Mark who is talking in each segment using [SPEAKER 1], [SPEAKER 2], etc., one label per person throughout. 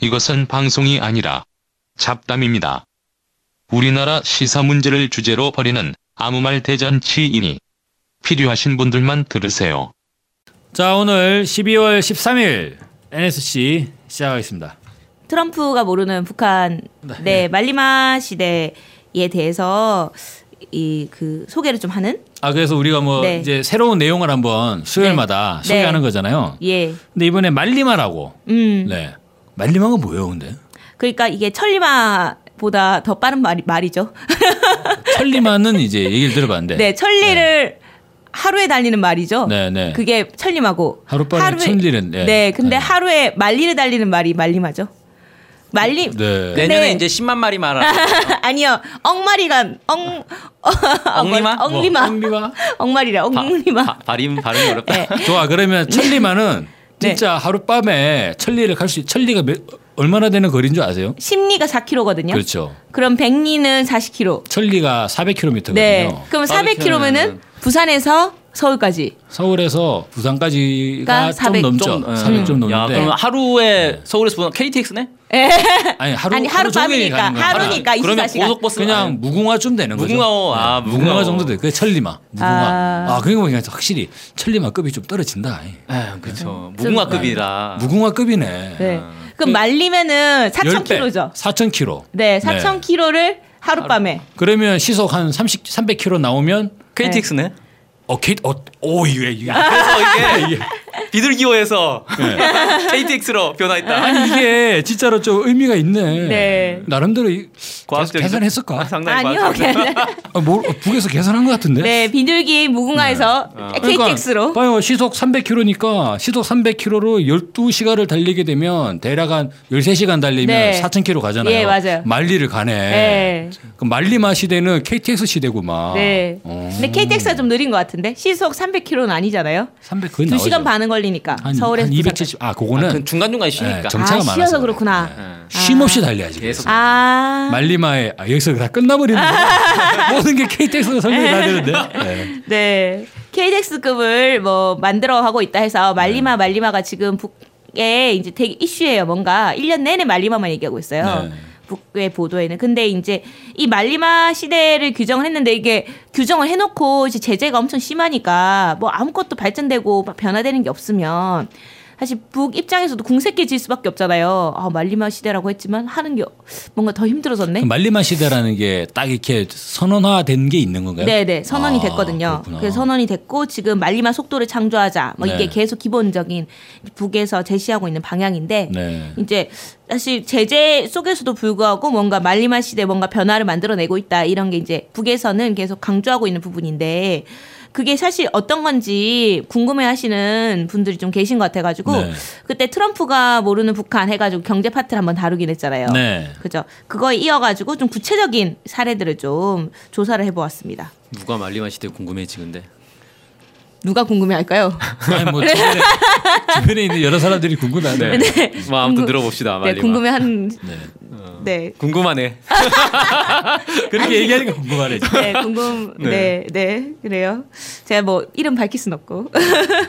[SPEAKER 1] 이것은 방송이 아니라 잡담입니다. 우리나라 시사 문제를 주제로 벌이는 아무 말 대잔치이니 필요하신 분들만 들으세요.
[SPEAKER 2] 자, 오늘 12월 13일 NSC 시작하겠습니다.
[SPEAKER 3] 트럼프가 모르는 북한 네, 말리마 시대에 대해서 이 그 소개를 좀 하는
[SPEAKER 2] 아, 그래서 우리가 뭐
[SPEAKER 3] 네.
[SPEAKER 2] 이제 새로운 내용을 한번 수요일마다
[SPEAKER 3] 네.
[SPEAKER 2] 소개하는
[SPEAKER 3] 네.
[SPEAKER 2] 거잖아요.
[SPEAKER 3] 예.
[SPEAKER 2] 근데 이번에 말리마라고.
[SPEAKER 3] 음.
[SPEAKER 2] 네. 말리마가 뭐예요, 근데?
[SPEAKER 3] 그러니까 이게 천리마보다 더 빠른 말이, 말이죠.
[SPEAKER 2] 천리마는 이제 얘기를 들어봤는데.
[SPEAKER 3] 네. 천리를 하루에 달리는 말이죠.
[SPEAKER 2] 네, 네.
[SPEAKER 3] 그게 천리마고
[SPEAKER 2] 하룻밤에
[SPEAKER 3] 하루에-
[SPEAKER 2] 천리는, 네.
[SPEAKER 3] 네. 근데
[SPEAKER 2] 네.
[SPEAKER 3] 하루에 말리를 달리는 말이 말리마죠. 말리
[SPEAKER 2] 네.
[SPEAKER 3] 네.
[SPEAKER 4] 내년에 이제 10만 마리 말아.
[SPEAKER 3] 아니요. 억마리가 엉 어,
[SPEAKER 4] 억리마?
[SPEAKER 3] 억리마.
[SPEAKER 2] 뭐, 엉리마?
[SPEAKER 3] 억마리라 억리마.
[SPEAKER 4] 바, 발음 발음 어렵다.
[SPEAKER 3] 네.
[SPEAKER 2] 좋아. 그러면 천리마는
[SPEAKER 3] 네.
[SPEAKER 2] 진짜 하룻밤에 천리를 갈 수, 있- 천리가 몇- 얼마나 되는 거리인 줄 아세요?
[SPEAKER 3] 심리가 4km거든요.
[SPEAKER 2] 그렇죠.
[SPEAKER 3] 그럼 백리는 40km.
[SPEAKER 2] 천리가 400km거든요.
[SPEAKER 3] 네. 그럼
[SPEAKER 4] 400km
[SPEAKER 3] 400km면은
[SPEAKER 4] 는
[SPEAKER 3] 부산에서 서울까지.
[SPEAKER 2] 서울에서 부산까지가
[SPEAKER 3] 가400 어.
[SPEAKER 2] 좀 넘죠.
[SPEAKER 4] 좀, 예.
[SPEAKER 2] 400 좀
[SPEAKER 4] 야,
[SPEAKER 2] 넘는데.
[SPEAKER 4] 그럼 하루에 서울에서 보는 KTX네?
[SPEAKER 2] 아니 하루
[SPEAKER 3] 아니,
[SPEAKER 2] 하루 종일
[SPEAKER 3] 하룻밤이니까.
[SPEAKER 2] 가는 거야.
[SPEAKER 3] 하루니까
[SPEAKER 4] 그러면
[SPEAKER 3] 24시간.
[SPEAKER 4] 고속버스
[SPEAKER 2] 그냥 무궁화 좀 되는 거죠.
[SPEAKER 4] 아.
[SPEAKER 2] 네.
[SPEAKER 4] 무궁화호. 아,
[SPEAKER 2] 무궁화,
[SPEAKER 4] 무궁화호.
[SPEAKER 2] 정도 돼. 그 천리마 무궁화.
[SPEAKER 3] 아.
[SPEAKER 2] 아, 그러니까 그냥 확실히 천리마 급이 좀 떨어진다.
[SPEAKER 4] 아, 그렇죠. 무궁화급이라.
[SPEAKER 2] 무궁화 급이네.
[SPEAKER 3] 네. 그럼 말리면은 4,000km죠.
[SPEAKER 2] 4,000km.
[SPEAKER 3] 네, 4,000km를 하룻밤에.
[SPEAKER 2] 그러면 시속 한 30, 300km 나오면
[SPEAKER 4] KTX네.
[SPEAKER 2] 어, 게, 어, 오, 이게 이게.
[SPEAKER 4] 그래서 이게 비둘기호에서 네. KTX로 변화했다.
[SPEAKER 2] 아니 이게 진짜로 좀 의미가 있네.
[SPEAKER 3] 네.
[SPEAKER 2] 나름대로 이- 계산-
[SPEAKER 4] 과학적이죠.
[SPEAKER 2] 계산했을까?
[SPEAKER 4] 아, 상당히
[SPEAKER 3] 아니요.
[SPEAKER 4] 과학적이네.
[SPEAKER 2] 아, 뭘 어, 북에서 계산한 것 같은데.
[SPEAKER 3] 네, 비둘기 무궁화에서 아. KTX로.
[SPEAKER 2] 그러니까 봐요 시속 300km니까 시속 300km로 12시간을 달리게 되면 대략 한 13시간 달리면
[SPEAKER 3] 네.
[SPEAKER 2] 4,000km 가잖아요.
[SPEAKER 3] 예, 맞아요.
[SPEAKER 2] 만리를 가네.
[SPEAKER 3] 네.
[SPEAKER 2] 그럼 만리마 시대는 KTX 시대구만.
[SPEAKER 3] 네.
[SPEAKER 2] 어,
[SPEAKER 3] 근데 KTX가 좀 느린 것 같은데 시속 300km는 아니잖아요.
[SPEAKER 2] 300 그건
[SPEAKER 3] 2시간
[SPEAKER 2] 나오죠.
[SPEAKER 3] 반은 걸리니까
[SPEAKER 2] 한,
[SPEAKER 3] 서울에서
[SPEAKER 2] 한 270. 아, 그거는
[SPEAKER 4] 그 중간중간
[SPEAKER 2] 예,
[SPEAKER 4] 쉬니까.
[SPEAKER 2] 정차가
[SPEAKER 3] 아,
[SPEAKER 2] 많아서.
[SPEAKER 3] 쉬어서
[SPEAKER 2] 그래.
[SPEAKER 3] 그렇구나.
[SPEAKER 2] 예. 쉼 없이 달려야지.
[SPEAKER 4] 계속.
[SPEAKER 2] 그래서.
[SPEAKER 3] 아.
[SPEAKER 2] 말리마에 아, 여기서 다 끝나버리는 거야. 모든 게 KTX로 설명이 다 되는데. 예.
[SPEAKER 3] 네. KTX급을 뭐 만들어 하고 있다 해서 말리마 말리마가 지금 북에 이제 되게 이슈예요. 뭔가 1년 내내 말리마만 얘기하고 있어요.
[SPEAKER 2] 네.
[SPEAKER 3] 북의 보도에는. 근데 이제 이 말리마 시대를 규정을 했는데 이게 규정을 해 놓고 이제 제재가 엄청 심하니까 뭐 아무것도 발전되고 막 변화되는 게 없으면 사실 북 입장에서도 궁색해질 수밖에 없잖아요. 아, 말리마 시대라고 했지만 하는 게 뭔가 더 힘들어졌네.
[SPEAKER 2] 그 말리마 시대라는 게 딱 이렇게 선언화된 게 있는 건가요?
[SPEAKER 3] 네네 선언이
[SPEAKER 2] 아,
[SPEAKER 3] 됐거든요.
[SPEAKER 2] 그렇구나.
[SPEAKER 3] 그래서 선언이 됐고 지금 말리마 속도를 창조하자. 뭐
[SPEAKER 2] 네.
[SPEAKER 3] 이게 계속 기본적인 북에서 제시하고 있는 방향인데
[SPEAKER 2] 네.
[SPEAKER 3] 이제 사실 제재 속에서도 불구하고 뭔가 말리마 시대 뭔가 변화를 만들어내고 있다 이런 게 이제 북에서는 계속 강조하고 있는 부분인데 그게 사실 어떤 건지 궁금해하시는 분들이 좀 계신 것 같아가지고
[SPEAKER 2] 네.
[SPEAKER 3] 그때 트럼프가 모르는 북한 해가지고 경제 파트를 한번 다루긴 했잖아요.
[SPEAKER 2] 네.
[SPEAKER 3] 그죠? 그거에 이어가지고 좀 구체적인 사례들을 좀 조사를 해보았습니다.
[SPEAKER 4] 누가 말리만 시대 궁금해지는데.
[SPEAKER 3] 누가 궁금해할까요?
[SPEAKER 2] 아니 뭐 주변에, 주변에 있는 여러 사람들이 네. 궁금한데.
[SPEAKER 4] 뭐 아무튼 들어봅시다. 음.
[SPEAKER 3] 네,
[SPEAKER 4] 말리마.
[SPEAKER 3] 궁금해하는 네.
[SPEAKER 4] 궁금하네.
[SPEAKER 2] 그렇게 얘기하니까 궁금하네. 지금.
[SPEAKER 3] 네, 궁금. 네, 네, 그래요. 제가 뭐 이름 밝힐 순 없고.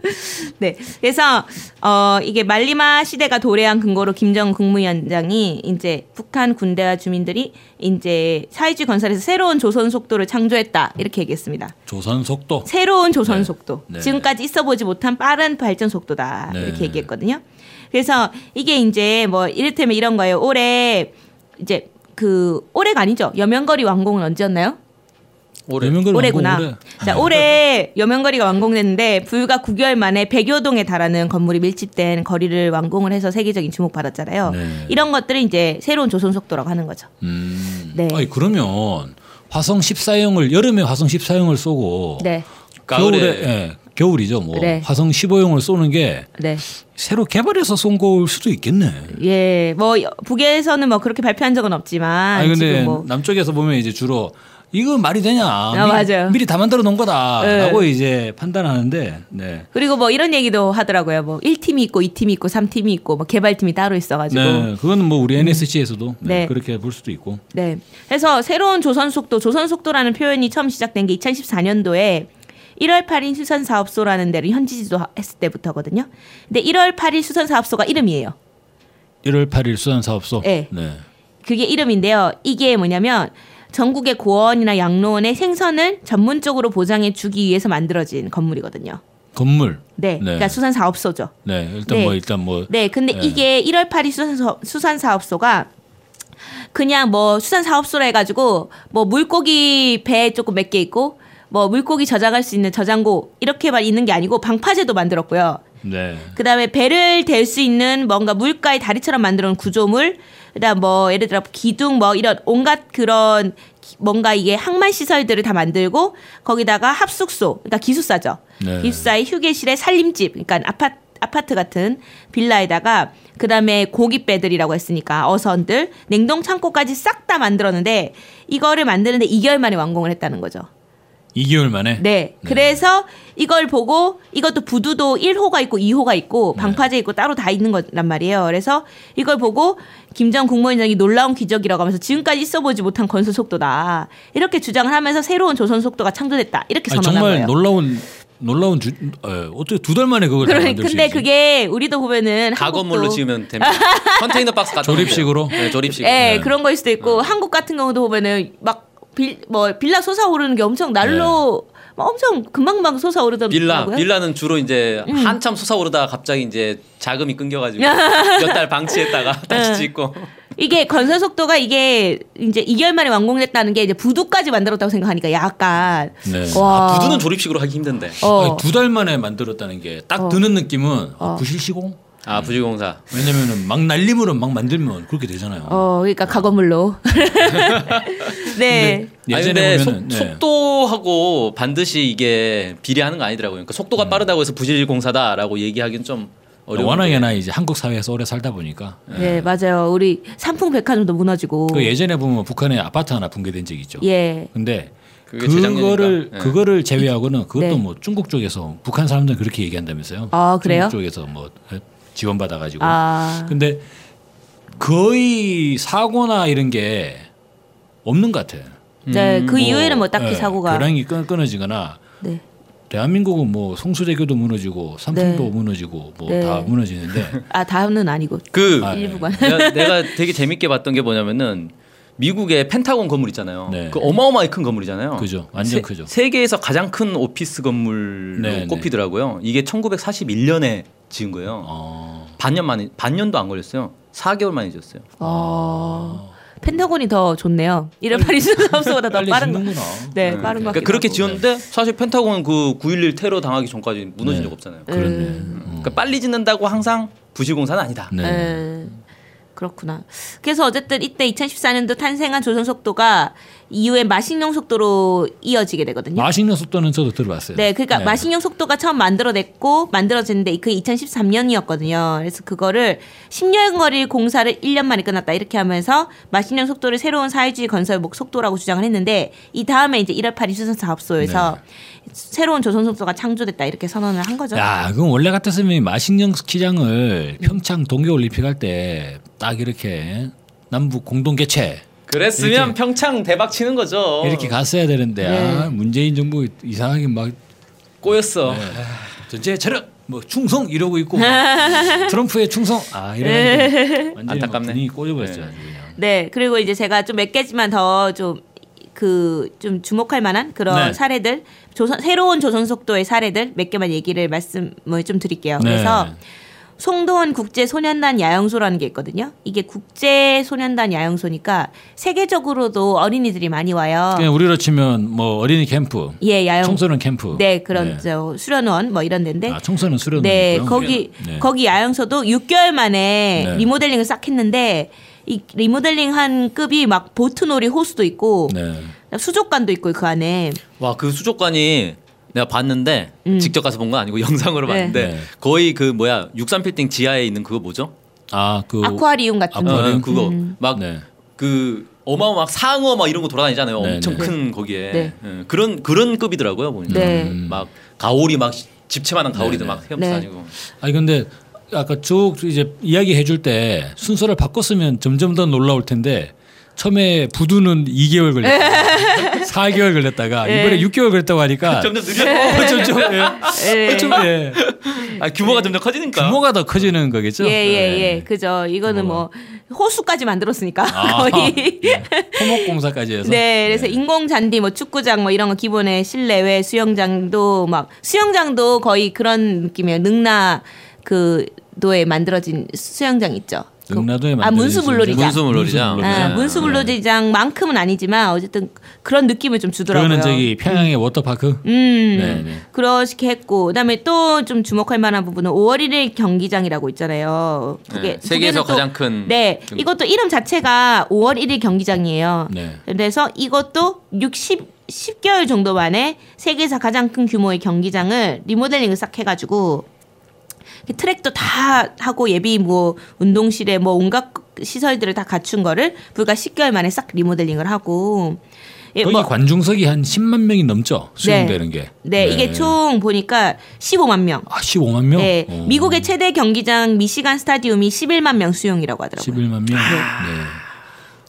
[SPEAKER 3] 네, 그래서 어 이게 말리마 시대가 도래한 근거로 김정 국무위원장이 이제 북한 군대와 주민들이 이제 사회주의 건설에서 새로운 조선 속도를 창조했다 이렇게 얘기했습니다.
[SPEAKER 2] 조선 속도.
[SPEAKER 3] 새로운 조선 속도.
[SPEAKER 2] 네.
[SPEAKER 3] 지금까지 있어 보지 못한 빠른 발전 속도다.
[SPEAKER 2] 네.
[SPEAKER 3] 이렇게 얘기했거든요. 그래서 이게 이제 뭐 이를테면 이런 거예요. 올해 이제 그 올해가 아니죠. 여명거리 완공은 언제였나요?
[SPEAKER 4] 올해.
[SPEAKER 2] 유명근
[SPEAKER 3] 올해구나.
[SPEAKER 2] 왕고 올해.
[SPEAKER 3] 자, 올해 여명거리가 완공됐는데 불과 9개월 만에 100여 동에 달하는 건물이 밀집된 거리를 완공을 해서 세계적인 주목받았잖아요.
[SPEAKER 2] 네.
[SPEAKER 3] 이런 것들을 이제 새로운 조선 속도라고 하는 거죠.
[SPEAKER 2] 음.
[SPEAKER 3] 네.
[SPEAKER 2] 아니 그러면 화성 14형을 여름에 화성 14형을 쏘고
[SPEAKER 3] 네.
[SPEAKER 2] 겨울에
[SPEAKER 4] 가을에.
[SPEAKER 2] 예, 겨울이죠. 뭐
[SPEAKER 3] 네.
[SPEAKER 2] 화성 15형을 쏘는 게
[SPEAKER 3] 네.
[SPEAKER 2] 새로 개발해서 쏜 거일 수도 있겠네.
[SPEAKER 3] 예. 뭐 북에서는 뭐 그렇게 발표한 적은 없지만
[SPEAKER 2] 아니 근데
[SPEAKER 3] 지금 뭐
[SPEAKER 2] 남쪽에서 보면 이제 주로 이거 말이 되냐?
[SPEAKER 3] 맞아요.
[SPEAKER 2] 미리 다 만들어 놓은 거다라고
[SPEAKER 3] 네.
[SPEAKER 2] 이제 판단하는데 네.
[SPEAKER 3] 그리고 뭐 이런 얘기도 하더라고요. 뭐 1팀이 있고 2팀이 있고 3팀이 있고 뭐 개발팀이 따로 있어 가지고. 네.
[SPEAKER 2] 네, 그건 뭐 우리 NSC에서도
[SPEAKER 3] 네.
[SPEAKER 2] 그렇게 볼 수도 있고.
[SPEAKER 3] 그래서 새로운 조선 속도, 조선 속도라는 표현이 처음 시작된 게 2014년도에 1월 8일 수선 사업소라는 데를 현지 지도했을 때부터거든요. 근데 1월 8일 수선 사업소가 이름이에요.
[SPEAKER 2] 1월 8일 수산사업소.
[SPEAKER 3] 네.
[SPEAKER 2] 네.
[SPEAKER 3] 그게 이름인데요. 이게 뭐냐면 전국의 고원이나 양로원의 생선을 전문적으로 보장해 주기 위해서 만들어진 건물이거든요.
[SPEAKER 2] 건물.
[SPEAKER 3] 네.
[SPEAKER 2] 네.
[SPEAKER 3] 그러니까 수산 사업소죠.
[SPEAKER 2] 네. 일단
[SPEAKER 3] 네.
[SPEAKER 2] 뭐 일단 뭐
[SPEAKER 3] 네. 근데
[SPEAKER 2] 네.
[SPEAKER 3] 이게 1월 8일 수산 수산 사업소가 그냥 뭐 수산 사업소라 해 가지고 뭐 물고기 배 조금 몇 개 있고 뭐 물고기 저장할 수 있는 저장고 이렇게만 있는 게 아니고 방파제도 만들었고요.
[SPEAKER 2] 네.
[SPEAKER 3] 그다음에 배를 댈 수 있는 뭔가 물가의 다리처럼 만들어 놓은 구조물 그다음 뭐 예를 들어 기둥 뭐 이런 온갖 그런 기- 뭔가 이게 항만 시설들을 다 만들고 거기다가 합숙소 그러니까 기숙사죠
[SPEAKER 2] 네.
[SPEAKER 3] 기숙사의 휴게실에 살림집 그러니까 아파트 아파트 같은 빌라에다가 그다음에 고기 배들이라고 했으니까 어선들 냉동 창고까지 싹 다 만들었는데 이거를 만드는데 2개월 만에 완공을 했다는 거죠.
[SPEAKER 2] 2개월 만에
[SPEAKER 3] 네. 그래서 이걸 보고 이것도 부두도 1호가 있고 2호가 있고 방파제 있고 따로 다 있는 거란 말이에요. 그래서 이걸 보고 김정 국무위원장이 놀라운 기적이라고 하면서 지금까지 있어보지 못한 건설 속도다. 이렇게 주장을 하면서 새로운 조선 속도가 창조됐다. 이렇게
[SPEAKER 2] 아니,
[SPEAKER 3] 선언한
[SPEAKER 2] 정말
[SPEAKER 3] 거예요.
[SPEAKER 2] 놀라운 놀라운 주, 에, 어떻게 두 달 만에 그걸 다
[SPEAKER 3] 그러니
[SPEAKER 2] 만들 수
[SPEAKER 3] 그러니까 근데
[SPEAKER 2] 있지?
[SPEAKER 3] 그게 우리도 보면은
[SPEAKER 4] 가건물로
[SPEAKER 3] 한국도-
[SPEAKER 4] 지으면 됩니다. 컨테이너 박스 같은
[SPEAKER 2] 조립식으로?
[SPEAKER 4] 거. 네, 조립식으로.
[SPEAKER 3] 예,
[SPEAKER 2] 네.
[SPEAKER 3] 그런 거일 수도 있고 한국 같은 경우도 보면은 막 빌 뭐 빌라 솟아오르는 게 엄청 날로 막 엄청 금방금방 솟아오르던
[SPEAKER 4] 빌라 빌라는 주로 이제 한참 솟아오르다가 갑자기 이제 자금이 끊겨가지고 몇 달 방치했다가 다시 짓고
[SPEAKER 3] 이게 건설 속도가 이게 이제 2개월 만에 완공됐다는 게 이제 부두까지 만들었다고 생각하니까 약간
[SPEAKER 2] 네.
[SPEAKER 3] 와.
[SPEAKER 4] 아, 부두는 조립식으로 하기 힘든데
[SPEAKER 3] 어.
[SPEAKER 2] 두 달 만에 만들었다는 게 딱
[SPEAKER 3] 어.
[SPEAKER 2] 드는 느낌은 아,
[SPEAKER 3] 어.
[SPEAKER 2] 부실시공?
[SPEAKER 4] 아 부지공사
[SPEAKER 2] 왜냐면은 막 날림으로 막 만들면 그렇게 되잖아요.
[SPEAKER 3] 어, 그러니까 가건물로. 네.
[SPEAKER 2] 예전에
[SPEAKER 4] 아니, 근데
[SPEAKER 2] 보면은 네.
[SPEAKER 4] 속, 도하고 반드시 이게 비례하는 거 아니더라고요. 그러니까 속도가 빠르다고 해서 부실공사다라고 얘기하기는 좀
[SPEAKER 2] 네.
[SPEAKER 4] 어려운.
[SPEAKER 2] 음. 워낙에 나 이제 한국 사회에서 오래 살다 보니까
[SPEAKER 3] 네, 맞아요. 우리 삼풍백화점도 무너지고.
[SPEAKER 2] 그 예전에 보면 북한에 아파트 하나 붕괴된 적이 있죠.
[SPEAKER 3] 예.
[SPEAKER 2] 근데
[SPEAKER 4] 그게 재작년이니까.
[SPEAKER 2] 그거를
[SPEAKER 4] 네.
[SPEAKER 2] 그거를 제외하고는 그것도
[SPEAKER 3] 네.
[SPEAKER 2] 뭐 중국 쪽에서 북한 사람들은 그렇게 얘기한다면서요.
[SPEAKER 3] 아, 그래요?
[SPEAKER 2] 중국 쪽에서 뭐 지원 받아 가지고.
[SPEAKER 3] 아.
[SPEAKER 2] 근데 거의 사고나 이런 게 없는 것 같아요.
[SPEAKER 3] 네, 그
[SPEAKER 2] 뭐,
[SPEAKER 3] 이후에는 뭐 딱히
[SPEAKER 2] 예,
[SPEAKER 3] 사고가
[SPEAKER 2] 교량이 끊, 끊어지거나
[SPEAKER 3] 네.
[SPEAKER 2] 대한민국은 뭐 송수대교도 무너지고 삼풍도
[SPEAKER 3] 네.
[SPEAKER 2] 무너지고 뭐
[SPEAKER 3] 네.
[SPEAKER 2] 다 무너지는데
[SPEAKER 3] 아, 다음은 아니고.
[SPEAKER 4] 그
[SPEAKER 2] 아, 네.
[SPEAKER 3] 일부가.
[SPEAKER 4] 내가, 내가 되게 재밌게 봤던 게 뭐냐면은 미국의 펜타곤 건물 있잖아요.
[SPEAKER 2] 네.
[SPEAKER 4] 그 어마어마하게 큰 건물이잖아요.
[SPEAKER 2] 그죠. 완전
[SPEAKER 4] 세-
[SPEAKER 2] 크죠.
[SPEAKER 4] 세계에서 가장 큰 오피스 건물로
[SPEAKER 2] 네, 네.
[SPEAKER 4] 꼽히더라고요. 이게 1941년에 지은 거예요.
[SPEAKER 2] 어,
[SPEAKER 4] 반년 만에 반년도 안 걸렸어요. 4개월 만에 지었어요.
[SPEAKER 3] 어. 펜타곤이 더 좋네요. 이런 파리스 사업소보다 더
[SPEAKER 2] 빨리
[SPEAKER 3] 빠른 거.
[SPEAKER 2] 죽는구나.
[SPEAKER 3] 네,
[SPEAKER 4] 네.
[SPEAKER 3] 빠른 거.
[SPEAKER 4] 그러니까 그렇게 지었는데 사실 펜타곤은 그 9.11 테러 당하기 전까지 무너진
[SPEAKER 2] 네.
[SPEAKER 4] 적 없잖아요.
[SPEAKER 2] 그렇네.
[SPEAKER 4] 그러니까 빨리 짓는다고 항상 부실공사는 아니다.
[SPEAKER 2] 네.
[SPEAKER 3] 에, 예, 그렇구나. 그래서 어쨌든 이때 2014년도 탄생한 조선 속도가 이후에 마식용 속도로 이어지게 되거든요.
[SPEAKER 2] 마식용 속도는 저도 들어봤어요.
[SPEAKER 3] 네, 그러니까 마식용 속도가 처음 만들어냈고 만들어졌는데 그게 2013년이었거든요. 그래서 그거를 10년 거리 공사를 1년 만에 끝났다 이렇게 하면서 마식용 속도를 새로운 사회주의 건설 목 속도라고 주장을 했는데 이 다음에 이제 1월 8일 수산 사업소에서 새로운 조선 속도가 창조됐다 이렇게 선언을 한 거죠.
[SPEAKER 2] 야, 그럼 원래 같았으면 이 마식령 스키장을 평창 동계올림픽 할 때 딱 이렇게 남북 공동 개최
[SPEAKER 4] 그랬으면 평창 대박 치는 거죠.
[SPEAKER 2] 이렇게 갔어야 되는데
[SPEAKER 3] 네.
[SPEAKER 2] 아, 문재인 정부 이상하게 막
[SPEAKER 4] 꼬였어.
[SPEAKER 2] 네. 전제 체력 뭐 충성 이러고 있고 막 트럼프의 충성 아 이런 완전
[SPEAKER 4] 안타깝네.
[SPEAKER 2] 분위기 꼬여버렸죠.
[SPEAKER 4] 네.
[SPEAKER 2] 아주 그냥.
[SPEAKER 3] 네, 그리고 이제 제가 좀 몇 개지만 더 좀 그 좀 주목할 만한 그런
[SPEAKER 2] 네.
[SPEAKER 3] 사례들 조선 새로운 조선 속도의 사례들 몇 개만 얘기를 말씀을 좀 드릴게요.
[SPEAKER 2] 네.
[SPEAKER 3] 그래서 송도원 국제 소년단 야영소라는 게 있거든요. 이게 국제 소년단 야영소니까 세계적으로도 어린이들이 많이 와요.
[SPEAKER 2] 그냥 우리로 치면 뭐 어린이 캠프,
[SPEAKER 3] 예, 야영.
[SPEAKER 2] 네. 청소년 캠프.
[SPEAKER 3] 네, 그런
[SPEAKER 2] 네.
[SPEAKER 3] 저 수련원 뭐 이런 데인데
[SPEAKER 2] 아, 청소년 수련원.
[SPEAKER 3] 네, 거기 거기 야영소도 6개월 만에
[SPEAKER 2] 네.
[SPEAKER 3] 리모델링을 싹 했는데 이 리모델링 한 급이 막 보트놀이 호수도 있고
[SPEAKER 2] 네.
[SPEAKER 3] 수족관도 있고 그 안에
[SPEAKER 4] 와 그 수족관이 내가 봤는데 직접 가서 본 건 아니고
[SPEAKER 3] 음.
[SPEAKER 4] 영상으로
[SPEAKER 3] 네.
[SPEAKER 4] 봤는데
[SPEAKER 2] 네.
[SPEAKER 4] 거의 그 뭐야 63빌딩 지하에 있는 그거 뭐죠?
[SPEAKER 2] 아, 그
[SPEAKER 3] 아쿠아리움 같은
[SPEAKER 4] 어,
[SPEAKER 3] 거.
[SPEAKER 2] 아쿠아리움?
[SPEAKER 4] 그거
[SPEAKER 3] 음.
[SPEAKER 4] 막
[SPEAKER 2] 네.
[SPEAKER 4] 그 어마어마 막 상어 막 이런 거 돌아다니잖아요.
[SPEAKER 2] 네,
[SPEAKER 4] 엄청
[SPEAKER 2] 네.
[SPEAKER 4] 큰 거기에
[SPEAKER 3] 네.
[SPEAKER 4] 예, 그런 그런 급이더라고요 보니까
[SPEAKER 3] 네.
[SPEAKER 4] 음. 막 가오리 막 집채만한 가오리도
[SPEAKER 2] 네,
[SPEAKER 4] 막
[SPEAKER 3] 네.
[SPEAKER 4] 헤엄치다니고
[SPEAKER 2] 아니 근데 아까 쭉 이제 이야기해 줄 때 순서를 바꿨으면 점점 더 놀라울 텐데 처음에 부두는 2개월 걸렸다가 4개월 걸렸다가 이번에 6개월 걸렸다고 하니까
[SPEAKER 4] 점점
[SPEAKER 3] 네.
[SPEAKER 4] 느려.
[SPEAKER 2] 점점 예.
[SPEAKER 3] 예.
[SPEAKER 2] 좀 예.
[SPEAKER 4] 아, 규모가 점점 커지니까.
[SPEAKER 2] 규모가 더 커지는 거겠죠?
[SPEAKER 3] 예,
[SPEAKER 2] 네.
[SPEAKER 3] 예, 예. 그죠. 이거는 뭐, 호수까지 만들었으니까,
[SPEAKER 2] 아,
[SPEAKER 3] 거의.
[SPEAKER 2] 토목공사까지 해서
[SPEAKER 3] 네, 그래서 인공 잔디, 뭐 축구장, 뭐 이런 거 기본에 실내외 수영장도 막 수영장도 거의 그런 느낌이에요. 능라 그 도에 만들어진 수영장 있죠. 그-
[SPEAKER 2] 능라도에
[SPEAKER 3] 아 문수물놀이장.
[SPEAKER 2] 그렇죠.
[SPEAKER 3] 아,
[SPEAKER 4] 문수물놀이장.
[SPEAKER 2] 네. 예.
[SPEAKER 3] 문수물놀이장만큼은 아니지만 어쨌든 그런 느낌을 좀 주더라고요.
[SPEAKER 2] 그거는 저기 평양의 워터파크
[SPEAKER 3] 음,
[SPEAKER 2] 네, 네.
[SPEAKER 3] 그렇게 했고 그다음에 또 좀 주목할 만한 부분은 5월 1일 경기장이라고 있잖아요.
[SPEAKER 4] 네,
[SPEAKER 3] 북에-
[SPEAKER 4] 세계에서
[SPEAKER 3] 북에는 또-
[SPEAKER 4] 가장 큰
[SPEAKER 3] 네,
[SPEAKER 4] 경기.
[SPEAKER 3] 이것도 이름 자체가 5월 1일 경기장이에요.
[SPEAKER 2] 네.
[SPEAKER 3] 그래서 이것도 60 10개월 정도 만에 세계에서 가장 큰 규모의 경기장을 리모델링을 싹 해가지고 이렇게 트랙도 다 하고 예비 뭐 운동실에 뭐 온갖 시설들을 다 갖춘 거를 불과 10개월 만에 싹 리모델링을 하고 예,
[SPEAKER 2] 거기
[SPEAKER 3] 뭐-
[SPEAKER 2] 관중석이 한 10만 명이 넘죠 수용되는 게.
[SPEAKER 3] 네, 이게 총 보니까 15만 명.
[SPEAKER 2] 아 15만 명.
[SPEAKER 3] 네,
[SPEAKER 2] 어,
[SPEAKER 3] 미국의 최대 경기장 미시간 스타디움이 11만 명 수용이라고 하더라고요.
[SPEAKER 2] 11만 명. 네.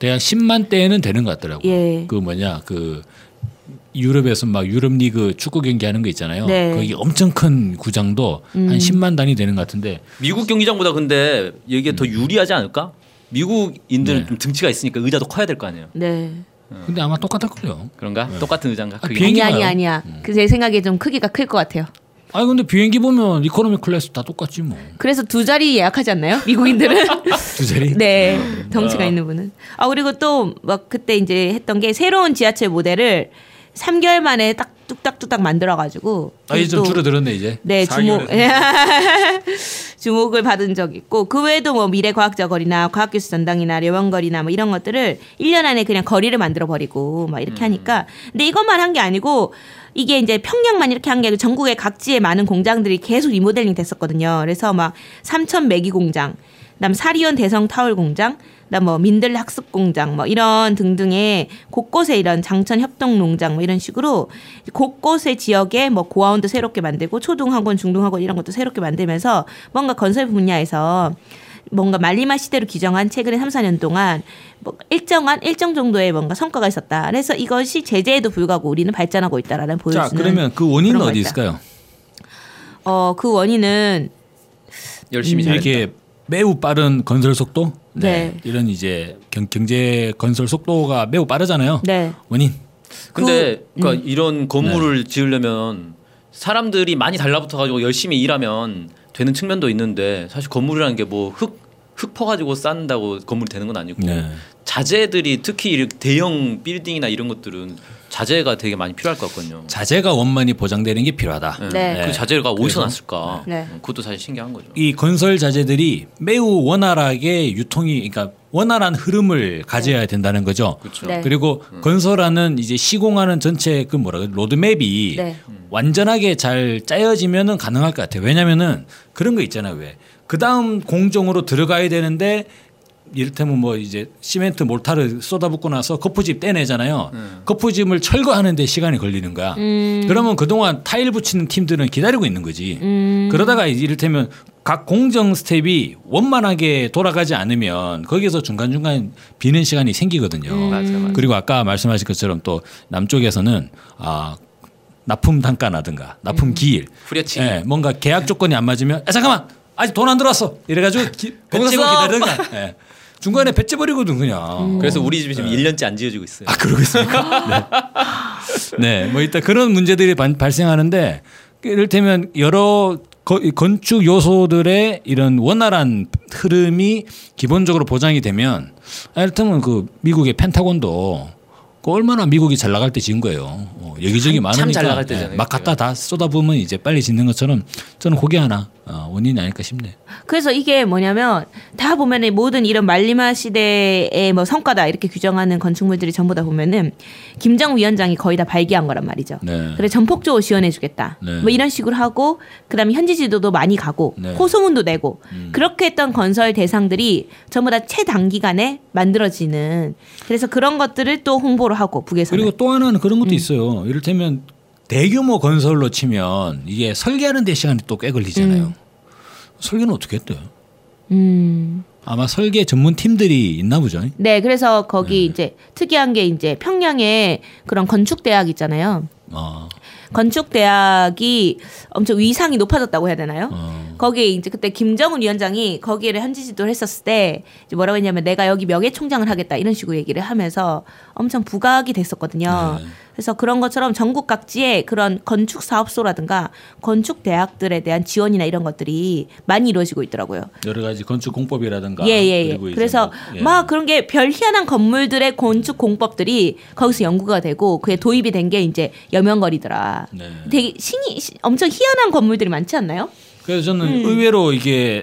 [SPEAKER 2] 대략 10만 대는 되는 것 같더라고요.
[SPEAKER 3] 아. 예.
[SPEAKER 2] 그 뭐냐 그 유럽에서 막 유럽 리그 축구 경기 하는 거 있잖아요.
[SPEAKER 3] 네. 음.
[SPEAKER 2] 거기 엄청 큰 구장도 한 10만 단위 되는 것 같은데
[SPEAKER 4] 미국 경기장보다 근데 이게 더 유리하지 않을까? 미국인들은
[SPEAKER 2] 음. 네.
[SPEAKER 4] 좀 등치가 있으니까 의자도 커야 될 거 아니에요.
[SPEAKER 3] 네.
[SPEAKER 2] 근데 아마 똑같을 거예요.
[SPEAKER 4] 그런가? 똑같은 의자인가?
[SPEAKER 2] 아,
[SPEAKER 4] 그게?
[SPEAKER 2] 비행-
[SPEAKER 3] 아니
[SPEAKER 2] 비행기가요? 음.
[SPEAKER 3] 아니 아니야. 그 제 생각에 좀 크기가 클 것 같아요.
[SPEAKER 2] 아니 근데 비행기 보면 이코노미 클래스 다 똑같지 뭐.
[SPEAKER 3] 그래서 두 자리 예약하지 않나요? 미국인들은.
[SPEAKER 2] 두 자리.
[SPEAKER 3] 네. 덩치가 있는 분은. 아, 그리고 또 막 그때 이제 했던 게 새로운 지하철 모델을 3개월 만에 딱 뚝딱뚝딱 만들어 가지고
[SPEAKER 2] 아 이제 좀 줄어들었네 이제.
[SPEAKER 3] 네, 주목.
[SPEAKER 4] 4개월에서.
[SPEAKER 3] 주목을 받은 적 있고 그 외에도 뭐 미래 과학자 거리나 과학교수 전당이나 려원거리나 뭐 이런 것들을 1년 안에 그냥 거리를 만들어 버리고 막
[SPEAKER 4] 음.
[SPEAKER 3] 이렇게 하니까 근데 이것만 한 게 아니고 이게 이제 평양만 이렇게 한 게 아니고 전국의 각지의 많은 공장들이 계속 리모델링 됐었거든요. 그래서 막 삼천 매기 공장, 그다음 사리온 대성 타월 공장, 그다음 뭐 민들 학습 공장 뭐 이런 등등의 곳곳에 이런 장천 협동 농장 뭐 이런 식으로 곳곳의 지역에 뭐 고아원도 새롭게 만들고 초등 학원, 중등 학원 이런 것도 새롭게 만들면서 뭔가 건설 분야에서 뭔가 말리마 시대로 규정한 최근에 3, 4년 동안 뭐 일정한 일정 정도의 뭔가 성과가 있었다. 그래서 이것이 제재에도 불구하고 우리는 발전하고 있다라는 보여주는
[SPEAKER 2] 자 그러면 그 원인은
[SPEAKER 3] 그런 음. 거
[SPEAKER 2] 어디
[SPEAKER 3] 있다.
[SPEAKER 2] 있을까요?
[SPEAKER 3] 어, 그 원인은
[SPEAKER 4] 열심히 잘했다.
[SPEAKER 2] 음, 이렇게 매우 빠른 건설 속도
[SPEAKER 3] 네.
[SPEAKER 2] 이런 이제 경, 경제 건설 속도가 매우 빠르잖아요.
[SPEAKER 3] 네.
[SPEAKER 2] 원인
[SPEAKER 4] 근데 그러니까 이런 건물을 지으려면 사람들이 많이 달라붙어 가지고 열심히 일하면 되는 측면도 있는데 사실 건물이라는 게 뭐 흙 흙 퍼가지고 쌓는다고 건물이 되는 건 아니고
[SPEAKER 2] 네.
[SPEAKER 4] 자재들이 특히 이렇게 대형 빌딩이나 이런 것들은 자재가 되게 많이 필요할 것 같거든요.
[SPEAKER 2] 자재가 원만히 보장되는 게 필요하다.
[SPEAKER 3] 네.
[SPEAKER 4] 그 자재가 어디서 났을까?
[SPEAKER 3] 네.
[SPEAKER 4] 그것도 사실 신기한 거죠.
[SPEAKER 2] 이 건설 자재들이 매우 원활하게 유통이 그러니까 원활한 흐름을 가져야 된다는 거죠.
[SPEAKER 4] 그렇죠.
[SPEAKER 3] 네.
[SPEAKER 2] 그리고 건설하는 이제 시공하는 전체 그 뭐라 그래 로드맵이
[SPEAKER 3] 네.
[SPEAKER 2] 완전하게 잘 짜여지면은 가능할 것 같아요. 왜냐면은 그런 거 있잖아요. 왜? 그다음 공정으로 들어가야 되는데 이를테면 뭐 이제 시멘트 몰타를 쏟아붓고 나서 거푸집 떼내잖아요. 거푸집을 철거하는데 시간이 걸리는 거야.
[SPEAKER 3] 음,
[SPEAKER 4] 음.
[SPEAKER 2] 그러면 그동안 타일 붙이는 팀들은 기다리고 있는 거지.
[SPEAKER 3] 음.
[SPEAKER 4] 음.
[SPEAKER 2] 그러다가 이를테면 각 공정 스텝이 원만하게 돌아가지 않으면 거기에서 중간중간 비는 시간이 생기거든요.
[SPEAKER 4] 음. 맞아요, 맞아요.
[SPEAKER 2] 그리고 아까 말씀하신 것처럼 또 남쪽에서는 아 납품 단가라든가 납품
[SPEAKER 4] 음.
[SPEAKER 2] 기일,
[SPEAKER 4] 후려치기.
[SPEAKER 2] 예, 뭔가 계약 조건이 안 맞으면 아 잠깐만 아직 돈 안 들어왔어 이래가지고 기, 거기서
[SPEAKER 4] 배치고
[SPEAKER 2] 기다리든가 예. 중간에 배째 버리거든 그냥.
[SPEAKER 4] 그래서 우리 집이 지금 1년째 안 지어지고 있어요.
[SPEAKER 2] 아 그러고 있습니까? 네. 네, 뭐 일단 그런 문제들이 반- 발생하는데 이를테면 여러 거- 건축 요소들의 이런 원활한 흐름이 기본적으로 보장이 되면 아, 이를테면 그 미국의 펜타곤도 그 얼마나 미국이 잘 나갈 때 지은 거예요. 어, 여기저기
[SPEAKER 4] 참-
[SPEAKER 2] 많으니까
[SPEAKER 4] 참잘 나갈 때잖아요,
[SPEAKER 2] 예, 막 갖다 다 쏟아부으면 이제 빨리 짓는 것처럼 저는 그게 하나 어, 원인이 아닐까 싶네요.
[SPEAKER 3] 그래서 이게 뭐냐면 다 보면은 모든 이런 말리마 시대의 뭐 성과다 이렇게 규정하는 건축물들이 전부 다 보면은 김정 위원장이 거의 다 발기한 거란 말이죠.
[SPEAKER 2] 네.
[SPEAKER 3] 그래 전폭적으로 지원해주겠다.
[SPEAKER 2] 네.
[SPEAKER 3] 뭐 이런 식으로 하고 그다음에 현지 지도도 많이 가고
[SPEAKER 2] 네. 음.
[SPEAKER 3] 호소문도 내고 그렇게 했던 건설 대상들이 전부 다 최단기간에 만들어지는 그래서 그런 것들을 또 홍보를 하고 북에서는
[SPEAKER 2] 그리고 또 하나는 그런
[SPEAKER 3] 음.
[SPEAKER 2] 것도 있어요. 이를테면 대규모 건설로 치면 이게 설계하는 데 시간이 또 꽤 걸리잖아요. 설계는 어떻게 했대요?
[SPEAKER 3] 음.
[SPEAKER 2] 아마 설계 전문 팀들이 있나 보죠.
[SPEAKER 3] 네, 그래서 거기 이제 특이한 게 이제 평양에 그런 건축 대학 있잖아요.
[SPEAKER 2] 어,
[SPEAKER 3] 건축 대학이 엄청 위상이 높아졌다고 해야 되나요?
[SPEAKER 2] 어.
[SPEAKER 3] 거기에 이제 그때 김정은 위원장이 거기를 현지 지도를 했었을 때 이제 뭐라고 했냐면 내가 여기 명예총장을 하겠다 이런 식으로 얘기를 하면서 엄청 부각이 됐었거든요.
[SPEAKER 2] 네.
[SPEAKER 3] 그래서 그런 것처럼 전국 각지에 그런 건축 사업소라든가 건축 대학들에 대한 지원이나 이런 것들이 많이 이루어지고 있더라고요.
[SPEAKER 2] 여러 가지 건축 공법이라든가
[SPEAKER 3] 예예예.
[SPEAKER 2] 아, 그리고 이제
[SPEAKER 3] 그래서
[SPEAKER 2] 뭐, 예.
[SPEAKER 3] 막 그런 게 별 희한한 건물들의 건축 공법들이 거기서 연구가 되고 그게 도입이 된 게 이제 여명거리더라.
[SPEAKER 2] 네.
[SPEAKER 3] 되게 신이 시- 엄청 희한한 건물들이 많지 않나요?
[SPEAKER 2] 그래서 저는
[SPEAKER 3] 음.
[SPEAKER 2] 의외로 이게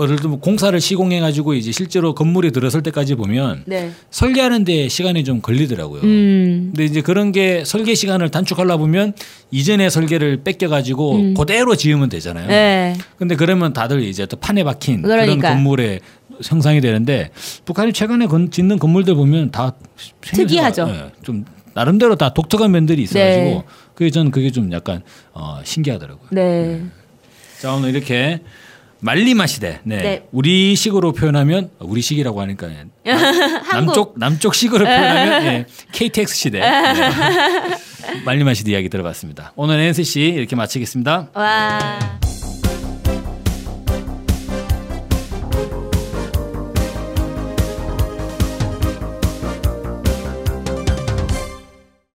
[SPEAKER 2] 예를 들면 공사를 시공해 가지고 이제 실제로 건물이 들어설 때까지 보면
[SPEAKER 3] 네.
[SPEAKER 2] 설계하는 데 시간이 좀 걸리더라고요.
[SPEAKER 3] 음.
[SPEAKER 2] 근데 이제 그런 게 설계 시간을 단축하려 보면 이전의 설계를 뺏겨 가지고 그대로 지으면 되잖아요.
[SPEAKER 3] 음. 네.
[SPEAKER 2] 근데 그러면 다들 이제 또 판에 박힌 그런
[SPEAKER 3] 그러니까.
[SPEAKER 2] 건물의 형상이 되는데 북한이 최근에 건- 짓는 건물들 보면 다
[SPEAKER 3] 특이하죠.
[SPEAKER 2] 예, 좀 나름대로 다 독특한 면들이 있어가지고
[SPEAKER 3] 네.
[SPEAKER 2] 그게 저는 그게 좀 약간 어, 신기하더라고요.
[SPEAKER 3] 네.
[SPEAKER 2] 자 오늘 이렇게 말리마 시대, 네.
[SPEAKER 3] 네.
[SPEAKER 2] 우리식으로 표현하면 우리식이라고 하니까 남- 남쪽 남쪽식으로 표현하면 예, KTX 시대 네. 말리마 시대 이야기 들어봤습니다. 오늘 NCC 이렇게 마치겠습니다.
[SPEAKER 3] 와.